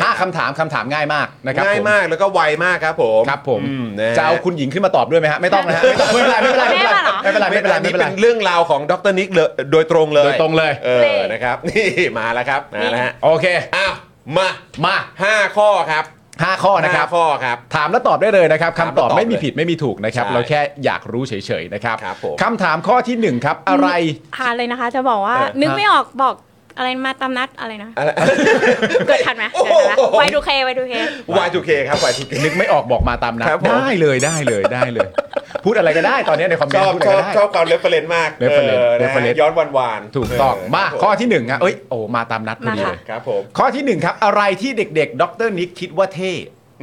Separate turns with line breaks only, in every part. ห้าคำถามคำถามง่ายมากนะครับ
ง่ายมากแล้วก็ไวมากครับผม
ครับผม
อืนฮ
จะเอาคุณหญิงขึ้นมาตอบด้วยไหมฮะไม่ต้องนะฮะไม่ต้องไม่เป็นไรไม่เป็นไรไม่เป็นไรไม่เป็นไรไม่เป็นไร
อัน
ไม่
นี้
เป็นไร
เป็นเรื่องราวของดรนิกเลยโดยตรงเลย
โดยตรงเลย
เออนะครับ นี่มาแล้วครับมาแล้วฮะ
โอเค
อ้าวมา
มา
ห้าข้อครับ
ห้าข้อนะครับ
ห้าข้อครับ
ถามแล้วตอบได้เลยนะครับ
ถาม
คำตอบ
แล้วตอบ
ไม่มี
เลย
ผิดไม่มีถูกนะครับ
ใช่
เราแค่อยากรู้เฉยๆนะครับ
ครับผม
คำถามข้อที่หนึ่งครับอะไร
ค่ะเลยนะคะ จะบอกว่า
เออฮะ
นึกไม่ออกบอกอะไรมาตามนัดอะไรนะ
อะไร
เกิดทันไหม
โอ้
เกิด
โห
ทันไหมไวดูเคไวดูเค
Y2K ครับ Y2K
นึกไม่ออกบอกมาตามนัด
ครับผม
ได้เลยได้เลยได้เลย พูดอะไรก็ได้ตอนนี้ในคอมเม
ช
น
อบ
ต์พูดอะ
ช
ไร
อบ
ก็ได้
ชอบความเลฟเฟรนมาก
reference
ออนะฮะ
reference
ย้อนวันวานๆ
ถูกต้องมา
เครับผ
ข้อที่หนึ่งฮะเอ้ยโอ้มาตามนัดพอดี
มาค่ะ
เลย
ครับผม
ข้อที่หนึ่งครับ อะไรที่เด็กๆดรนิกคิดว่าเท่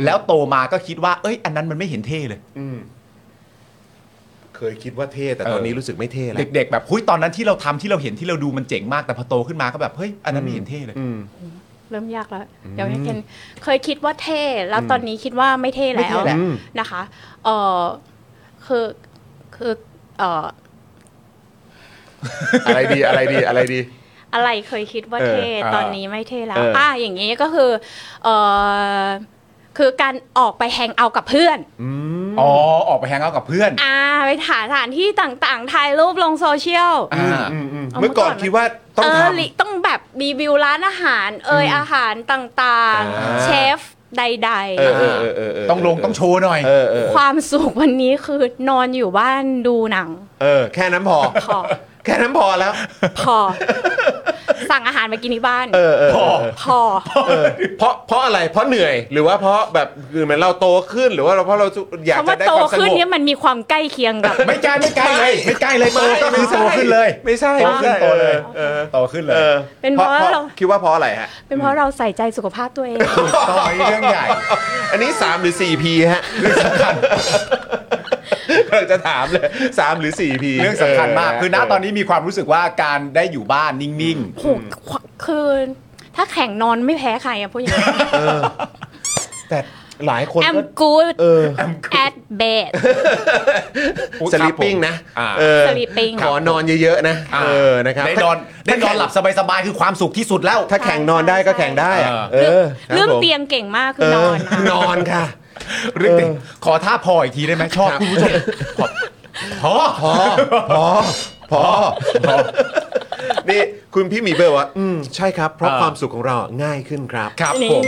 แล้วโตมาก็คิดว่า เอ้ย อันนั้นมันไม่เห็นเท่เลย
อืมเคยคิดว่าเท่แต่
เออ
ตอนนี้รู้สึกไม่เท่แล้ว
เด็กๆแบบหุ้ยตอนนั้นที่เราทำที่เราเห็นที่เราดูมันเจ๋งมากแต่พอโตขึ้นมาก็แบบเฮ้ยอันนั้นไม่เห็นเท่เลย
อืม
เริ่มยากแล้วเดี๋ยวนี้เคนเคยคิดว่าเท่แล้วตอนนี้คิดว่าไม่เท่
ไม่
แล้
เท่
ว
แล้ว
นะคะเออคือคือเออ
อะไรดีอะไรดีอะไรดี
อะไรเคยคิดว่าเท่
เอออ่า
ตอนนี้ไม่เท่แล้ว
เอออ่
อ่ะอย่างนี้ก็คือเออคือการออกไปแฮงเอาท์กับเพื่อน
อ๋อออกไปแฮงเอาท์กับเพื่อน
อ่าไปถ่ายสถานที่ต่างๆถ่ายรูปลงโซเชียล
อ่า
เอา
เมื่อก่อน
เมื่อก่อน
คิดว่าต้อง
เอ
ท
อลิต้องแบบรีวิวร้านอาหาร เอยอาหารต่าง
อ่า
ๆ เชฟใด
ำเออเออเออเออเออ
ต้องลงต้องโชว์หน่อย
เออเออ
ๆ
เอ
ค
อ
วามสุขวันนี้คือนอนอยู่บ้านดู หนัง
เออ แค่นั้นพอ
พอ
แค่นั้นพอแล้ว
พอ สั่งอาหารมากินที่บ้าน
เออเออ
พอ
พอ
เออเพราะเพราะอะไรเพราะเหนื่อยหรือว่าเพราะแบบคือเหมือนเราโตขึ้นหรือว่าเราเพราะเราอยาก
คำ
จะ
ว่า
ได้
โต
ความสง
ขึ้น
บ
เนี่ยมันมีความใกล้เคียง กับ
ไม่ใกล้ไม่ใกล้เลยไม่ใกล้เลยโตก็คือโตขึ้นเลย
ไม่ใช่
โตขึ้น
ไม่ใช่
โตเลย
เออ
โตขึ้นเล
เอยอ
เป็นเพราะเรา
คิดว่าเพราะอะไรฮะ
เป็นเพราะเราใส่ใจสุขภาพตัวเอง
ต่อยเรื่องใหญ่
อันนี้ 3 หรือ 4P ฮะเรื่องสำคัญเราจะถามเลย 3 หรือ 4P
เรื่องสำคัญมากคือณตอนนี้มีความรู้สึกว่าการได้อยู่บ้านนิ่ง
โหคือถ้าแข่งนอนไม่แพ้ใครอะพูดอย่างนี้
แต่หลายคนก็
I'm good
เออ
at bed
ๆอุ๊ย
ส
ค
ลิ
รับ
ป
ผม
ปิ้งนะ
อ่า
เออ
Sleeping
ขอนอนเยอะๆนะเออนะครับ
ได้นอนได้นอนหลับสบายๆคือความสุขที่สุดแล้ว
ถ้าแข่งนอนได้ก็แข่งได้อะ
เอ
เออคบ
เรื่อง
ผม
เตียงเก่งมากคือนอน
เ
ค่ะ
นอนค่ะ
เรื่องจริงขอท่าพออีกทีได้ไหมชอบ
ครับ
คุณผู้ชมพอพอ
พอพอนี่คุณพี่หมีเบอร์ว่าอืมใช่ครับ เพราะ
อ่า
ความสุขของเราง่ายขึ้นครับ
ครับ
นี่
ผม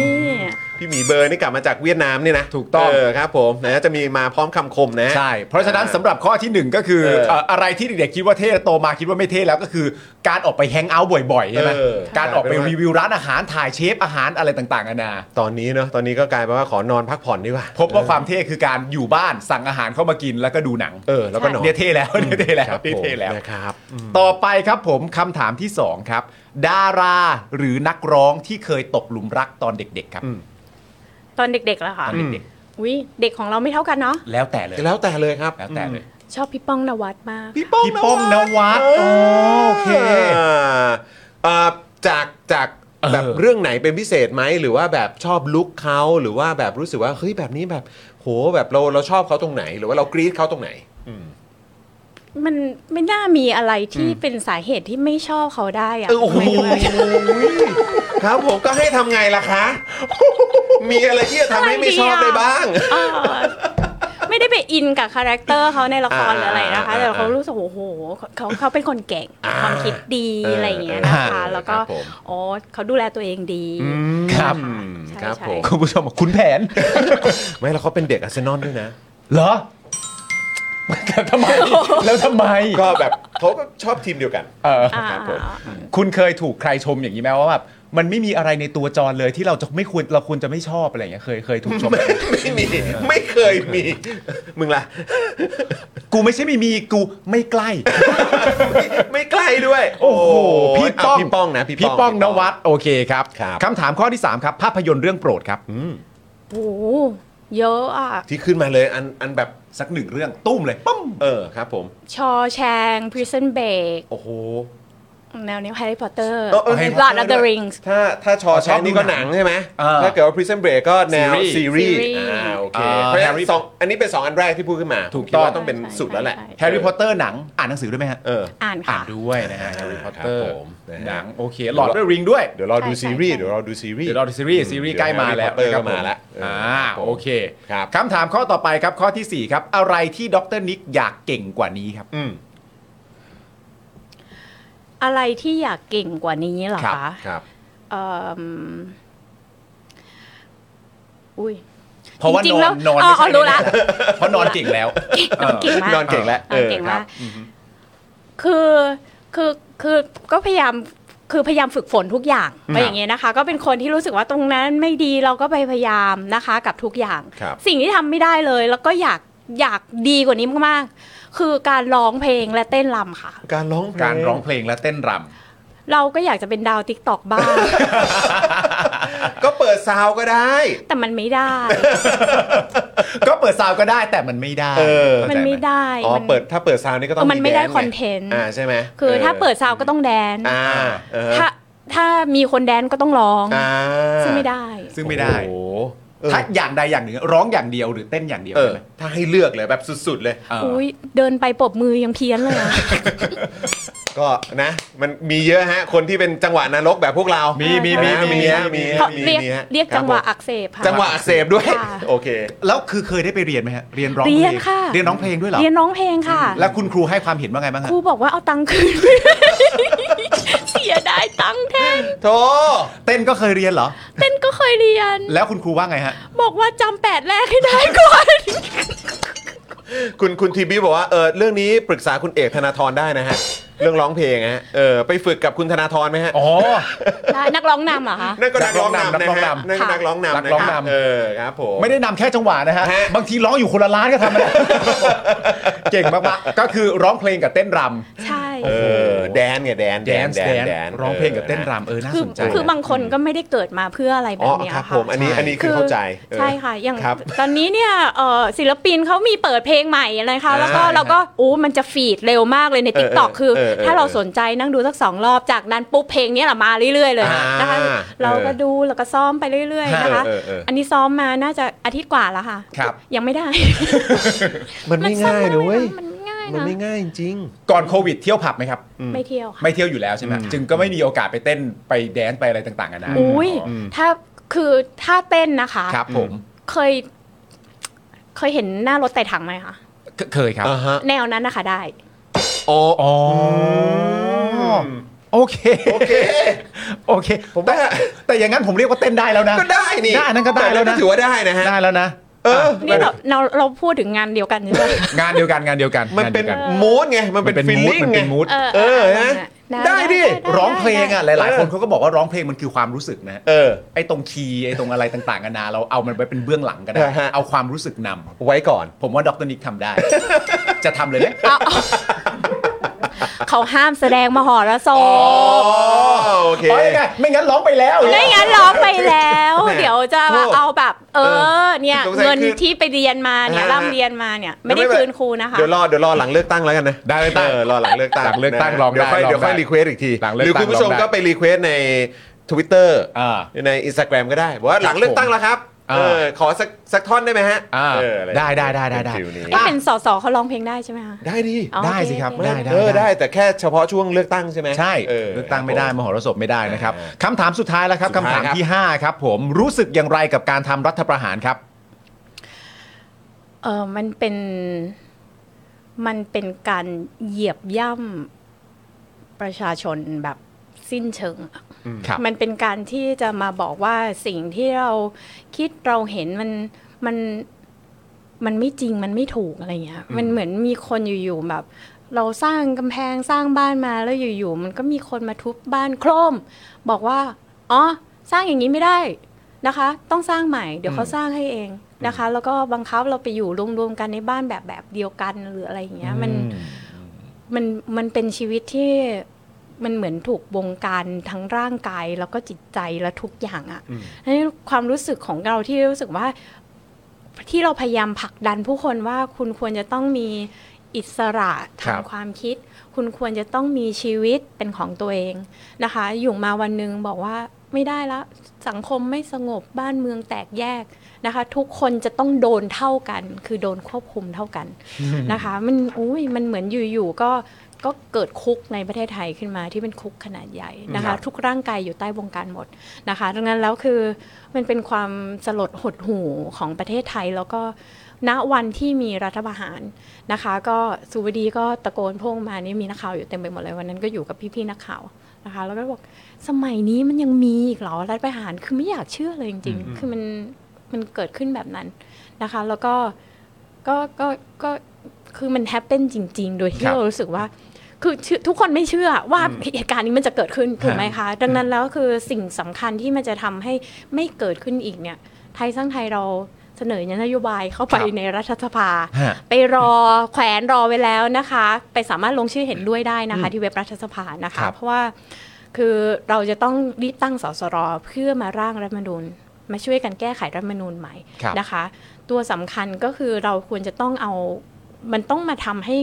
พี่หมีเบอร์นี่กลับมาจากเวียดนามเนี่ยนะ
ถูกต้อง
เออครับผมนะจะมีมาพร้อมคำคมนะ
ใช่ เพราะฉะนั้นสำหรับข้อที่หนึ่งก็คือ
เออ
เอ่ออะไรที่เด็กๆคิดว่าเท่โตมาคิดว่าไม่เท่แล้วก็คือ การออกไปแฮงเอาท์บ่อยๆใช่ไหม
เออ
การออกไปรีวิวร้านอาหารถ่ายเชฟอาหารอะไรต่างๆนานา
ตอนนี้เนาะตอนนี้ก็กลายเป็นว่าขอนอนพักผ่อนดีกว่า
พบว่าความเท่คือการอยู่บ้านสั่งอาหารเข้ามากินแล้วก็ดูหนัง
เออแล้วก็นอน
เนี่ยเท่แล้วเนี่ยเท่แล้ว
ครับ
เนี่ยเท่แล้ว
ผมนะครับอืม
ต่อไปครับผมคำถามที่สองครับ ดาราหรือนักร้องที่เคยตกหลุมรักตอนเด็กๆครับ
ตอนเด็กๆแล้
ต
วค่ะ
อนเด็ก
อุ้ยเด็กของเราไม่เท่ากันเนาะ
ๆแล้วแต่เลย
แล้วแต่เลยครับ
แล้วแต่เลย
ชอบพี่ป้องนวัดมาก
พี่ป้อง
พี่ป้องนวัด
เออ
โอเค
เอ่อจากจาก
เออ
แบบเรื่องไหนเป็นพิเศษไหมหรือว่าแบบชอบลุคเขาหรือว่าแบบรู้สึกว่าเฮ้ยแบบนี้แบบโหแบบเราเราชอบเขาตรงไหน หรือว่าเรากรี๊ดเขาตรงไหน
มันไม่น่ามีอะไรที่เป็นสาเหตุที่ไม่ชอบเขาได้อะ
เออโอ้โห
ไม่รู้ว่า
ครับผมก็ให้ทำไงล่ะคะ มีอะไรที่จะทำให้ไม่ชอบได้บ้าง
เออไม่ได้ไปอินกับคาแรคเตอร์เขาในละครหรืออะไรนะคะ
อ่า
แต่เขารู้สึกโอ้โหเขาเขาเป็นคนเก่ง
อ่า
ความคิดดี
เอออ
อะไรอย่างเงี้ยนะคะ
เออ
แล้วก็
ครับผม
อ๋อเขาดูแลตัวเองดี
ครับ
ใช่
ครับ
ใช่
ผม
คุณผู้ชมบอกคุณแผน
ไม่แล้วเขาเป็นเด็กอาร์เซนอลด้วยนะ
เหรอ แล้ว ทำไม แล้วทำไม
ก็แบบเขาก็ชอบทีมเดียวกัน
เออ
อ่า
ครับผม
คุณเคยถูกใครชมอย่างนี้ไหมว่าแบบมันไม่มีอะไรในตัวจรเลยที่เราจะไม่ควรเราควรจะไม่ชอบอะไรอย่างเงี้ยเคยเคยถูกชมไหม
ไม่มีไม่เคยมี มึงล่ะ
กูไม่ใช่ไม่มีกูไม่ใกล้
ไม่ใกล้ด้วย
โอ้โหพี่ป้อง
โยะพี่ป้องนะพี่
พี่ป้องนวัดโอเคครับ
ครับ
คำถามข้อที่ 3 ครับ ภาพยนตร์เรื่องโปรดครับ
โอ้โหเยอะอ่ะ
ที่ขึ้นมาเลยอันอันแบบ
สักหนึ่งเรื่องตุ้มเลยปั๊ม
เออครับผม
ชอแชง Prison Break
โอ้โห
แนวนี้แฮร์รี่พอตเตอร์
เออเออ
Harry
ลอร์ดออฟเดอะริงส์
ถ้าถ้าชอ
อ๋อ
ใช้
ชอบดู
นี่ก็หนังใช่ไหม
อ่า
ถ้าเกิดว่า Prison Break ก็แนว
ซี
ซี
รี
รี
ส์
ส์อ่าโอเค
อ่า
เพราะฉะนั้น
Harry
สองอันนี้เป็น 2 อันแรกที่พูดขึ้นมา
ถูก
ผมคิด
ต้
ว่า
อง
ต้องเป็นสุดแล้วแหละ
ใช่ใช่
แฮร์รี่พอตเตอร์หนังอ่านหนังสือด้วยไหมฮะ
เออ
อ่าน
อ่า
ค่ะ
นด้วยนะฮะแฮร์รี่พอตเตอร์
ครับผมนะฮะ
หนังโอเคหลอดด้วยริงด้วย
เดี๋ยวรอดู
ใช่
ซีรีส์
ใช่
เดี๋ยวรอดูซีรีส์
เดี๋ยวเราดูซีรีส์ซีรีส์ใกล้มาแล้ว
เดี๋ยว Harry Potter
นะครับ
ก็มาแล้ว
ผ
เอออ่
อ่า
ครับผม
โอเค
ครับ
คำถามข้อต่อไปครับข้อทีสี่4 ครับ อะไรที่ดรนิกอยากเก่งกว่านี้ครับ
อืม
อะไรที่อยากเก่งกว่านี้เหรอ
ครับ
คะ
ครับ
เอิ่มอุ้ย
เพราะว่า
จริ
นอ
งๆแล้
น
ว
อ
น
น
อ๋อ
ไม่ใช่
อ๋อรู้ละ
เพราะนอนเก่งแล้ว
นอนเก่งมาก
นอนเก่งแล้ว
นอนเก่งมากคือคือคือก็พยายามคือพยายามฝึกฝนทุกอย่างไปอย่างเงี้ยนะคะ ก็เป็นคนที่รู้สึกว่าตรงนั้นไม่ดีเราก็ไปพยายามนะคะกับทุกอย่าง
ครับ
สิ่งที่ทำไม่ได้เลย แล้วก็อยากอยากดีกว่านี้มากๆคือการร้องเพลงและเต้นรำค่ะ
การร้องเพลง
การร้องเพลงและเต้นรำ
เราก็อยากจะเป็นดาวติ๊กตอก บ้าง
ก็เปิดซาวก็ได้
แต่มันไม่ได้
ก็เปิดซาวก็ได้แต่มันไม่ได้
เออ
เข้า
มัน
ใจห
ไม่ได้
อ๋อเปิดถ้าเปิดซาวนี่ก็ต้อง
เออมันไม่ได้
แง
คอนเทนต์
อ่าใช่ไหม
คือถ้าเปิด
อ
ซาวก็ต้องแดน
ออ่าเออ
ถ้าถ้ามีคนแดนก็ต้องร้อง
อ่า
ซึ่งไม่ได้
ซึ่งไม่ได้
โอ้โหเออ
ถ้าอย่างใดอย่างหนึ่งร้องอย่างเดียวหรือเต้นอย่างเดียว
เอ
ได้
อ
ไหม
ถ้าให้เลือกเลยแบบสุดๆเลย
เอออ
อุ้ยเดินไปปรบมือยังเพี้ยนเลยอะ
ก็นะ มันมีเยอะฮะ คนที่เป็นจังหวะนรกแบบพวกเรา
มี
มี
มีมีมี
มีฮะมี
เขา
ฮะมี
เรียก
มีฮะ
เรียก
คบ
จังหวะ
ผม
อักเสบค่ะ
จังหวะอักเสบด้วย
ค่ะ
โอเค
แล้วคือเคยได้ไปเรียนไหมฮะเรียนร้องพลง
เรียนค่ะ
เรียนร้องเพลงด้วยเหรอ
เรียนร้องเพลงค่ะ
แล้วคุณครูให้ความเห็นว่าไงบ้าง
ค
ฮะ
รูบอกว่าเอาตังค์คืน เสียได้ตังค์แทน
โถ
เต้นก็เคยเรียนเหรอ
เต้นก็เคยเรียน
แล้วคุณครูว่าไงฮะ
บอกว่าจำแปดแรกให้ได้ก่อน
คุณคุณทีบีบอกว่าเออเรื่องนี้ปรึกษาคุณเอกธนาธรได้นะฮะ เรื่องร้องเพลงฮะเออไปฝึกกับคุณธนาธรไหมฮะ
อ๋อ
ได้นักร้องนำเหรอคะ
นั่นก็นักร้องนำ
นั
นะ
กร้อง
ฮะ
นำ
นั่นก็
ค่ะ
นักร้องนำ
นักร้อง
ะฮะ
นำ
เออครับผม
ไม่ได้นำแค่จังหวะนะฮะ
ฮะ
บางทีร้องอยู่คนละร้านก็ทำไม่ ได้ เก่งมากๆก็คือร้องเพลงกับเต้นรำ
ใช่
เออแดนไงแดน
แดนซ์แดนซ์ร้องเพลงกับเต้น
ออ
รำเออน่า
คือ
สนใจ
คือบา
นะ
งคนก็ไม่ได้เกิดมาเพื่ออะไรแบบเนี้ย
อ๋อครับ
ค่ะ
ผมอันนี้อันนี้คือเข้าใจเออ
ใช่ค่ะอย่าง
ครับ
ตอนนี้เนี่ยเอ่อศิลปินเขามีเปิดเพลงใหม่อะไรคะ
อ่า
แล้วก็เราก็โอ้มันจะฟีดเร็วมากเลยใน
เออ
t ิ k t o k
เออ
คือ
เออเออ
ถ้าเราสนใจนั่งดูสักสองรอบจากนั้นปุ๊บเพลงเนี้ยแหละมาเรื่อยๆเลย
อ่าน
นะคะ
เออ
เราก็ดูแล้วก็ซ้อมไปเรื่อย ๆ นะคะ
เออเออเออ
อันนี้ซ้อมมาน่าจะอาทิตย์กว่าแล้วค่ะ
ครับ
ยังไม่ได้
มันไม่
ซ้อ
ง่าย
ด้
นะเว้ย
มันง่าย
มัน
นะ
ไม่ง่ายจริง
ก่อนโควิดเที่ยวผับไหมครับ
ไม่เที่ยวค่ะ
ไม่เที่ยวอยู่แล้วใช่ไหม
อืม
จึงก็ไม่มีโอกาสไปเต้นไปแดนซ์ไปอะไรต่างๆกันานะ
อุ้ย
อ๋อ
ถ้าคือถ้าเต้นนะคะ
ครับผม
เคย เคยเห็นหน้ารถไต่ถังไหมคะ
เคเคยครับ
อ่าฮะ
แนวนั้นนะคะได้
โอ้
อ๋ออโอเค
โอเค
โอเค
ผม
แต่
ว่า
แต่อย่างนั้นผมเรียกว่าเต้นได้แล้วนะ
ก็ได้นี่
ได้อันนั้นก็ได้แล้วนะ
ต่ถือว่าได้นะฮะ
ได้แล้วนะ
เออ
นี่เราเราเราพูดถึงงานเดียวกันใช่ไหม
งานเดียวกันงานเดียวกัน
มันเป็น
งาดียวกั
มูดไงมันเป็นฟีลลิ่ง
มั
ไง
เป็นมูด
เออ
เออ
นั่น
ฮะ
น่ะ
ได้ดิ
ร้องเพลงอ่ะห
ได้
ลาย ๆ คนเขาก็บอกว่าร้องเพลงมันคือความรู้สึกนะฮะ
เออ
ไอ้ตรงคีย์ไอ้ตรงอะไรต่างๆกันานาเราเอามันไปเป็นเบื้องหลังก็ได้
เออฮะ
เอาความรู้สึกนำ
ไว้ก่อน
ผมว่าดรนิกทำได้ จะทำเลยไหม
เอาเอาเขาห้ามแสดงมหรสพ
โอเค
อ๋อนี่ไงไม่งั้นร้องไปแล้วอย่าง
ไม่
เงี้ย
งั้นร้องไปแล้ว
แหม่
เดี๋ยวจะ
โทษ
เอาแบบ เอ
เอ
อ เนี่ย
สงสัย
เงิน
คือ
ที่ไปเรียนมาเนี่ย
อ่า
ร่ำเรียนมาเนี่ย ไม่ได้คืนครูนะคะ
เดี๋ยวรอเดี๋ยวรอหลังเลือกตั้งแล้วกันนะ
ได้เลยตั้ง
เออรอหลังเลือกตั้ง
หลังเลือกตั้งลอง
เดี๋ยว
ได้
ค่อ
ล
ย
อง
เดี๋ยวค่อย
ได้
รีเควสอีกที
หลังเลื
ห
อก
รือ
ตั้ง
คุณผู้ชม
ลองได้
ก็ไปรีเควสใน Twitter
อ่า
ใน Instagram ก็ได้บอกว่าหลังเลือกตั้งแล้วครับ
อ่า
เออขอสักสักท่อนได้ไหมฮะ
อ่า
เอออะร
ได้ได้ได้ได้ได้
ฟิลนี้
เอ๊ะเป็นสสเขาร้องเพลงได้ใช่ไหมคะ
ได้ดิ
อ๋อ
ได้สิครับ
โอ
ได้
เค
ได้
เออ
ได้
ได้แต่แค่เฉพาะช่วงเลือกตั้งใช่ไหม
ใช่
เออ
เลือกตั้งไม่ได้ มหรสพไม่ได้นะครับ
เออ
คำถามสุดท้ายแล้วครับ
สุด
คำ
ท้าย
ถาม
ครับ
ที่ 5 ครับ ผมรู้สึกอย่างไรกับการทำรัฐประหารครับ
เออมันเป็น มันเป็นการเหยียบย่ำประชาชนแบบสิ้นเชิงอะ
ครับ
มันเป็นการที่จะมาบอกว่าสิ่งที่เราคิดเราเห็นมันมันมันไม่จริงมันไม่ถูกอะไรเงี้ย มันเหมือนมีคนอยู่ๆแบบ เราสร้างกำแพงสร้างบ้านมาแล้วอยู่ๆมันก็มีคนมาทุบบ้านโครม บอกว่า อ๋อ สร้างอย่างนี้ไม่ได้นะคะ ต้องสร้างใหม่ เดี๋ยวเขาสร้างให้เองนะคะ แล้วก็บังคับเราไปอยู่รวมๆกันในบ้านแบบแบบเดียวกันหรืออะไรอย่างเงี้ยมันมันมันเป็นชีวิตที่มันเหมือนถูกบงการทั้งร่างกายแล้วก็จิตใจและทุกอย่างอะ่ะดังนั้นความรู้สึกของเราที่รู้สึกว่า ที่เราพยายามผลักดันผู้คนว่าคุณควรจะต้องมี อิสระ
ครั
ทาง
บ
ความคิด คุณควรจะต้องมีชีวิตเป็นของตัวเองนะคะ อยู่มาวันหนึ่งบอกว่าไม่ได้ละสังคมไม่สงบบ้านเมืองแตกแยกนะคะ ทุกคนจะต้องโดนเท่ากัน คือโดนควบคุมเท่า กันนะคะ มันอุ้ยมันเหมือนอยู่ๆก็ก็เกิดคุกในประเทศไทยขึ้นมาที่เป็นคุกขนาดใหญ่นะ
ครั
คะ
บ
ทุกร่างกายอยู่ใต้วงการหมดนะคะดังนั้นแล้วคือมันเป็นความสลดหดหู่ของประเทศไทยแล้วก็ณวันที่มีรัฐประหาร นะคะก็สุวดีก็ตะโกนโพ่งมานี่มีนักข่าวอยู่เต็มไปหมดเลยวันนั้นก็อยู่กับพี่ๆนักข่าวนะคะ แล้วก็บอกสมัยนี้มันยังมีอีกเหรอรัฐประหารคือไม่อยากเชื่อเลยจริง
อืม
ๆ คือมันมันเกิดขึ้นแบบนั้นนะคะ แล้วก็ก็ก็ก็คือมันแฮปเป n นจริง ๆ โดยที่
ครับ
เรารู้สึกว่า คือเชื่อทุกคนไม่เชื่อว่าเหตุการณ์นี้มันจะเกิดขึ้นถูกไหมคะ ดังนั้นแล้วคือสิ่งสำคัญที่มันจะทำให้ไม่เกิดขึ้นอีกเนี่ย ไทยสร้างไทยเราเสนอนโยบายเข้าไป
ครับ
ในรัฐสภา
ฮะ
ไปรอแขวนรอไว้แล้วนะคะ ไปสามารถลงชื่อเห็นด้วยได้นะคะ ที่เว็บรัฐสภานะ
ครั
คะ
บ
เพราะว่าคือเราจะต้องรีบตั้งสสรเพื่อมาร่างรัฐธรรมนูญมาช่วยกันแก้ไขรัฐธรรมนูญใหม่
ครับ
นะคะ ตัวสำคัญก็คือเราควรจะต้องเอามันต้องมาทำให้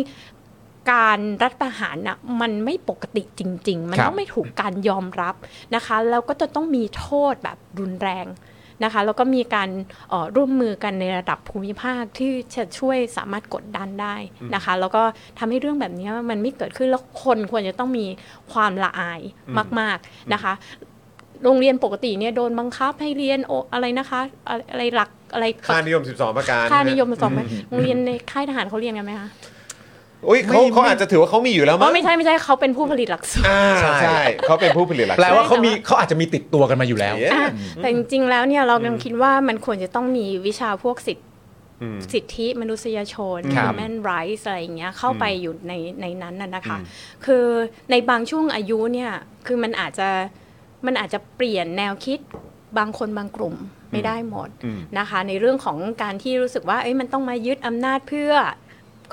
การรัฐประหารนะมันไม่ปกติจริง ๆ มัน
ครับ
ต้องไม่ถูกการยอมรับนะคะ แล้วก็จะต้องมีโทษแบบรุนแรง นะคะแล้วก็มีการเอ่อร่วมมือกันในระดับภูมิภาคที่จะช่วยสามารถกดดันได้นะคะ แล้วก็ทำให้เรื่องแบบนี้มันไม่เกิดขึ้นแล้วคนควรจะต้องมีความละอายมาก ๆนะคะ โรงเรียนปกติเนี่ยโดนบังคับให้เรียนโออะไรนะคะอะไรอะไรหลักอะไร
ค่านิยม 12 ประการ
ค่านิยมสองไหมโรงเรียนในค่ายทหารเขาเรียนกันไหมคะ
อุ้ยเขาเขาอาจจะถือว่าเขามีอยู่แล้ว
อ๋
มั้
อง ไม่ใช่ไม่ใช่เขาเป็นผู้ผลิตหลักสูตร
อ่า
ใช่
ใช่เขาเป็นผู้ผลิตหลัก
แปลว่าเขามีเขาอาจจะมีติดตัวกันมาอยู่แล้ว
เย้
อ่ะแต่จริงๆ แล้วเนี่ยเรากำลังคิดว่ามันควรจะต้องมีวิชาพวกสิทธิ
อืม
สิทธิมนุษยชน
ครับ
human rights อะไรอย่างเงี้ยเข้าไปอยู่ในในนั้นน่ะนะคะ คือในบางช่วงอายุเนี่ยคือมันอาจจะมันอาจจะเปลี่ยนแนวคิดบางคนบางกลุ่มไม่ได้หมด
อืม
นะคะ ในเรื่องของการที่รู้สึกว่าเอ้ยมันต้องมายึดอำนาจเพื่อ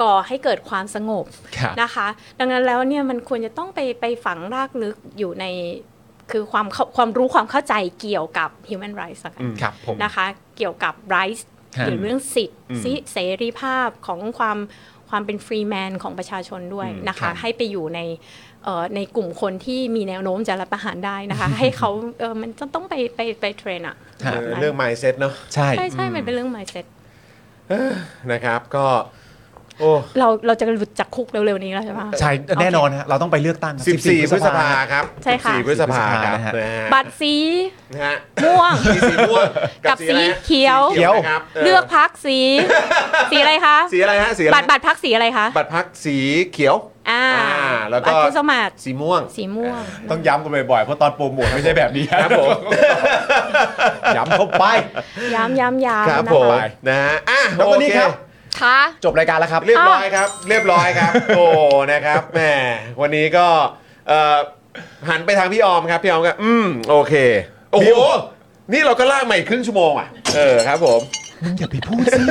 ก่อให้เกิดความสงบ
ครับ
นะคะดังนั้นแล้วเนี่ยมันควรจะต้องไปไปฝังรากลึกอยู่ในคือความเข้าความรู้ความเข้าใจเกี่ยวกับ human rights ละกัน
อืม
ครับผม
นะคะเกี่ยวกับ rights
ฮะ
หรือเรื่องสิทธิ์
อืม
สิเสรีภาพของความความเป็นฟรีแมนของประชาชนด้วย
อืม
นะ
ครั
คะ
บ
ให้ไปอยู่ในเอ่อในกลุ่มคนที่มีแนวโน้มจะรับประหารได้นะคะ ให้เขาเออมันจะต้องไปไปไปเทรนอะ
ฮะ
เออเรื่อง mindset เนาะ
ใช่
ใช่ใช่มันเป็นเรื่อง mindset
นะครับก็ โอ้
เราเราจะหลุดจากคุกเร็วๆนี้แล้วใช่ไหม
ใช่แน่นอนฮะเราต้องไปเลือกตั้งครับ
14 พฤษภาครับ
ใช่ค่ะ
14พฤษภาครับนะฮะ
บัตรสี
นะฮะ
ม่วง
มีสีม่วง
กับสี
อะไรฮะ
เขียว
สีนะครับ
เลือกพักสี สีอะไรคะ
สีอะไรฮะสีอะไร
บัตรบัตรพักสีอะไรคะ
บัตรพักสีเขียว
อ่า
อ่าแล้วก็
บัตรผู้สมัคร
สีม่วง
สีม่วง
ต้องย้ำกันบ่อยๆเพราะตอนโปรโมทไม่ใช่แบบนี้
ครับผม
ย้ำเข้าไป
ย้ำย้ำย้ำ
ครับ
นะ
ผม
ไป
คะ
นะฮะอ่ะ
แล้วก็นี่
โอเ
ครับ
ค่ะ
จบรายการแล้วครับ
เรียบร้อยครับ เรียบร้อยครับ โอ้นะครับแหมวันนี้ก็เอ่อหันไปทางพี่ออมครับ พี่ออมก็อืมโอเค โอ้โห นี่เราก็ลากมาอีกครึ่งชั่วโมงอ่ะ เออครับผม
มึงอย่าไปพูดสิ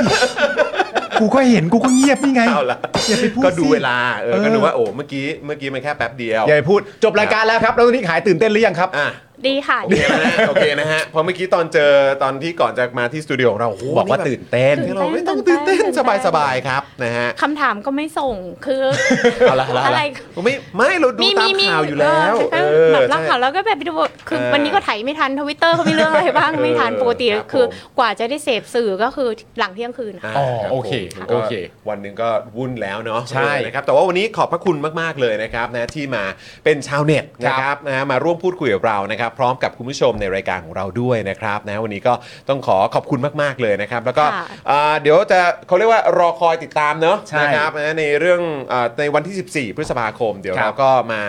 กูก็เห็นกูก็เงียบนี่ไง
เอาละ
อย่าไปพูดสิ
ก็ดูเวลาเออ
เออ
ก็นึกว่าโอ้เมื่อกี้เมื่อกี้มันแค่แป๊บเดียว
อย่าไปพูด จบรายการแล้วครับ แล้วตอนนี้หายตื่นเต้นหรือยังครับ
อ่ะ
ดีค่ะ
โอเคนะฮะโอเคนะฮะเพอเมื่อกี้ตอนเจอตอนที่ก่อนจะมาที่สตูดิโอของเราโโห
บอกว่า
แบบ
ตื่นเต้น
เราไม่ต้องตื่นเต้น
ตื่น
ส
เต้
บาย
น
สบายๆครับนะฮะ
คำถามก็ไม่ส่งคือ
เอาละเอาละ
อะไร
ไม่ไม่เราดูตามข่าวอยู่แล้ว
เอ
เอ
อ
อ
แบบรัก
ใช่
ข่าวแล้วก็แบบไปดูคือ
เออ
วันนี้ก็ไถไม่ทันทวิตเตอร์เขามีเรื่องอะไรบ้าง ไม่ทัน
เออ
ปกติ
ครับ
คือ
ผม
กว่าจะได้เสพสื่อก็คือหลังเที่ยงคืนค่ะ
อ๋อ
รับ
โอเค
ผม
โอเค
ก็วันหนึ่งก็วุ่นแล้วเนาะ
ใช่
เออนะครับแต่ว่าวันนี้ขอบพระคุณมาก ๆ เลยนะครับนะที่มาเป็นชาวเน็ตนะค
ครั
รับบ นะมาร่วมพูดคุยกับเรานะครับ พร้อมกับคุณผู้ชมในรายการของเราด้วยนะครับนะวันนี้ก็ต้องขอขอบคุณมาก ๆ เลยนะครับ แล้วก็
ค่ะ
อ่าเดี๋ยวจะเขาเรียกว่ารอคอยติดตามเนาะ
ใช่
นะครับนะในเรื่องอ่าในวันที่ 14 พฤษภาคม เดี๋ยว
ครับ
เราก็มา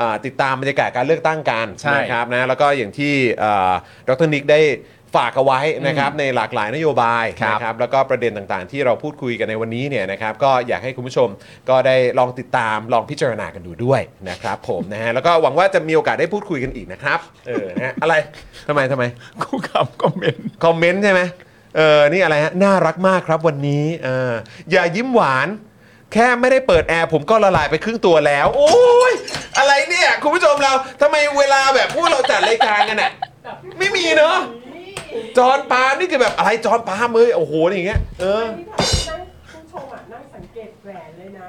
อ่าติดตามบรรยากาศการเลือกตั้งกัน
ใช่
นะครับนะแล้วก็อย่างที่อ่าดรนิกได้ฝากเอาไว้นะครับในหลากหลายนโยบาย
ครับ
นะครับแล้วก็ประเด็นต่างๆ ที่เราพูดคุยกันในวันนี้เนี่ยนะครับก็อยากให้คุณผู้ชมก็ได้ลองติดตามลองพิจารณากันดูด้วยนะครับผมนะฮะแล้วก็หวังว่าจะมีโอกาสได้พูดคุยกันอีกนะครับเออนะฮะอะไรทำไมทำไม
กูขำคอมเมนต์
คอมเมนต์ใช่ไหมเออนี่อะไรฮะน่ารักมากครับวันนี้เอออย่ายิ้มหวาน แค่ไม่ได้เปิดแอร์ผมก็ละลายไปครึ่งตัวแล้ว โอ้ยอะไรเนี่ย คุณผู้ชมเราทำไมเวลาแบบพวกเราจัดรายการกันอะไม่มีเนาะจอร์นปาล์มนี่คือแบบอะไรจอร์นปาล์มเอ้ยโอ้โหอย่างเงี้ยเออ
นั่งผู้ชมอ่ะนั่งสังเกตแหวนเลยนะ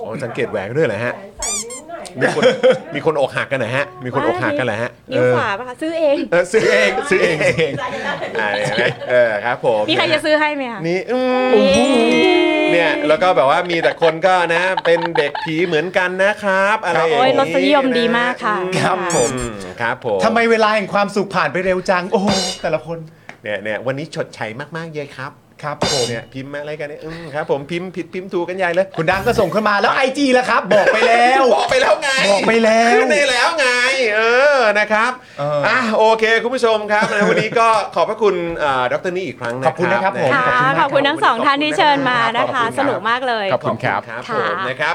อ๋อสังเกตแหวนด้วยเหรอฮะ
ใส่นิ้วหน่อย
มีคน มีคนอกหักกันเหรอฮะ มีคนอกหักกันเหรอฮะ
นิ้วขวาปะคะซื้อเอง
เออเออซื้อเองซื้อ เองเอง
ใจแล้วแต่
อ่าเนี่ยเห็นไหมเออครับผม
มีใครจะซื้อให้ไหมคะ
นี่อืม เนี่ยแล้วก็แบบว่ามีแต่คนก็นะ เป็นเด็กผีเหมือนกันนะครับอะไรอย่าง
โอ้ย
นี้
รสนิยมดีมากค่ะ
ครับผม
อืมครับผม
ทำไมเวลาแห่งความสุขผ่านไปเร็วจัง โอ้โหแต่ละคน
เนี่ยเนี่ยวันนี้ชดใช้มากๆเยยครับ
ครับผม
เนี่ยพิมพ์มาอะไรกันเนี่ยอืมครับ ผมพิมพ์ผิดพิมพ์ถูกกันใหญ่เลย
คุณดังก็ส่งเข้ามาแล้วไอจีละครับ บอกไปแล้ว
บอกไปแล้วไง
บอกไปแล้ว
ขึ้นได้แล้วไง เออนะครับ
เอออ่
อ่ะโอเค คุณผู้ชมครับนะวันนี้ก็ขอบพระคุณอ่าดรนี่อีกครั้งนะครั
ขอบคุณนะครับผม
ค่ะ
น
ขอบคุณทั้งสองท่านที่เชิญมานะคะ สนุกมากเลย
ขอบคุณครับ
ขอบผมนะครับ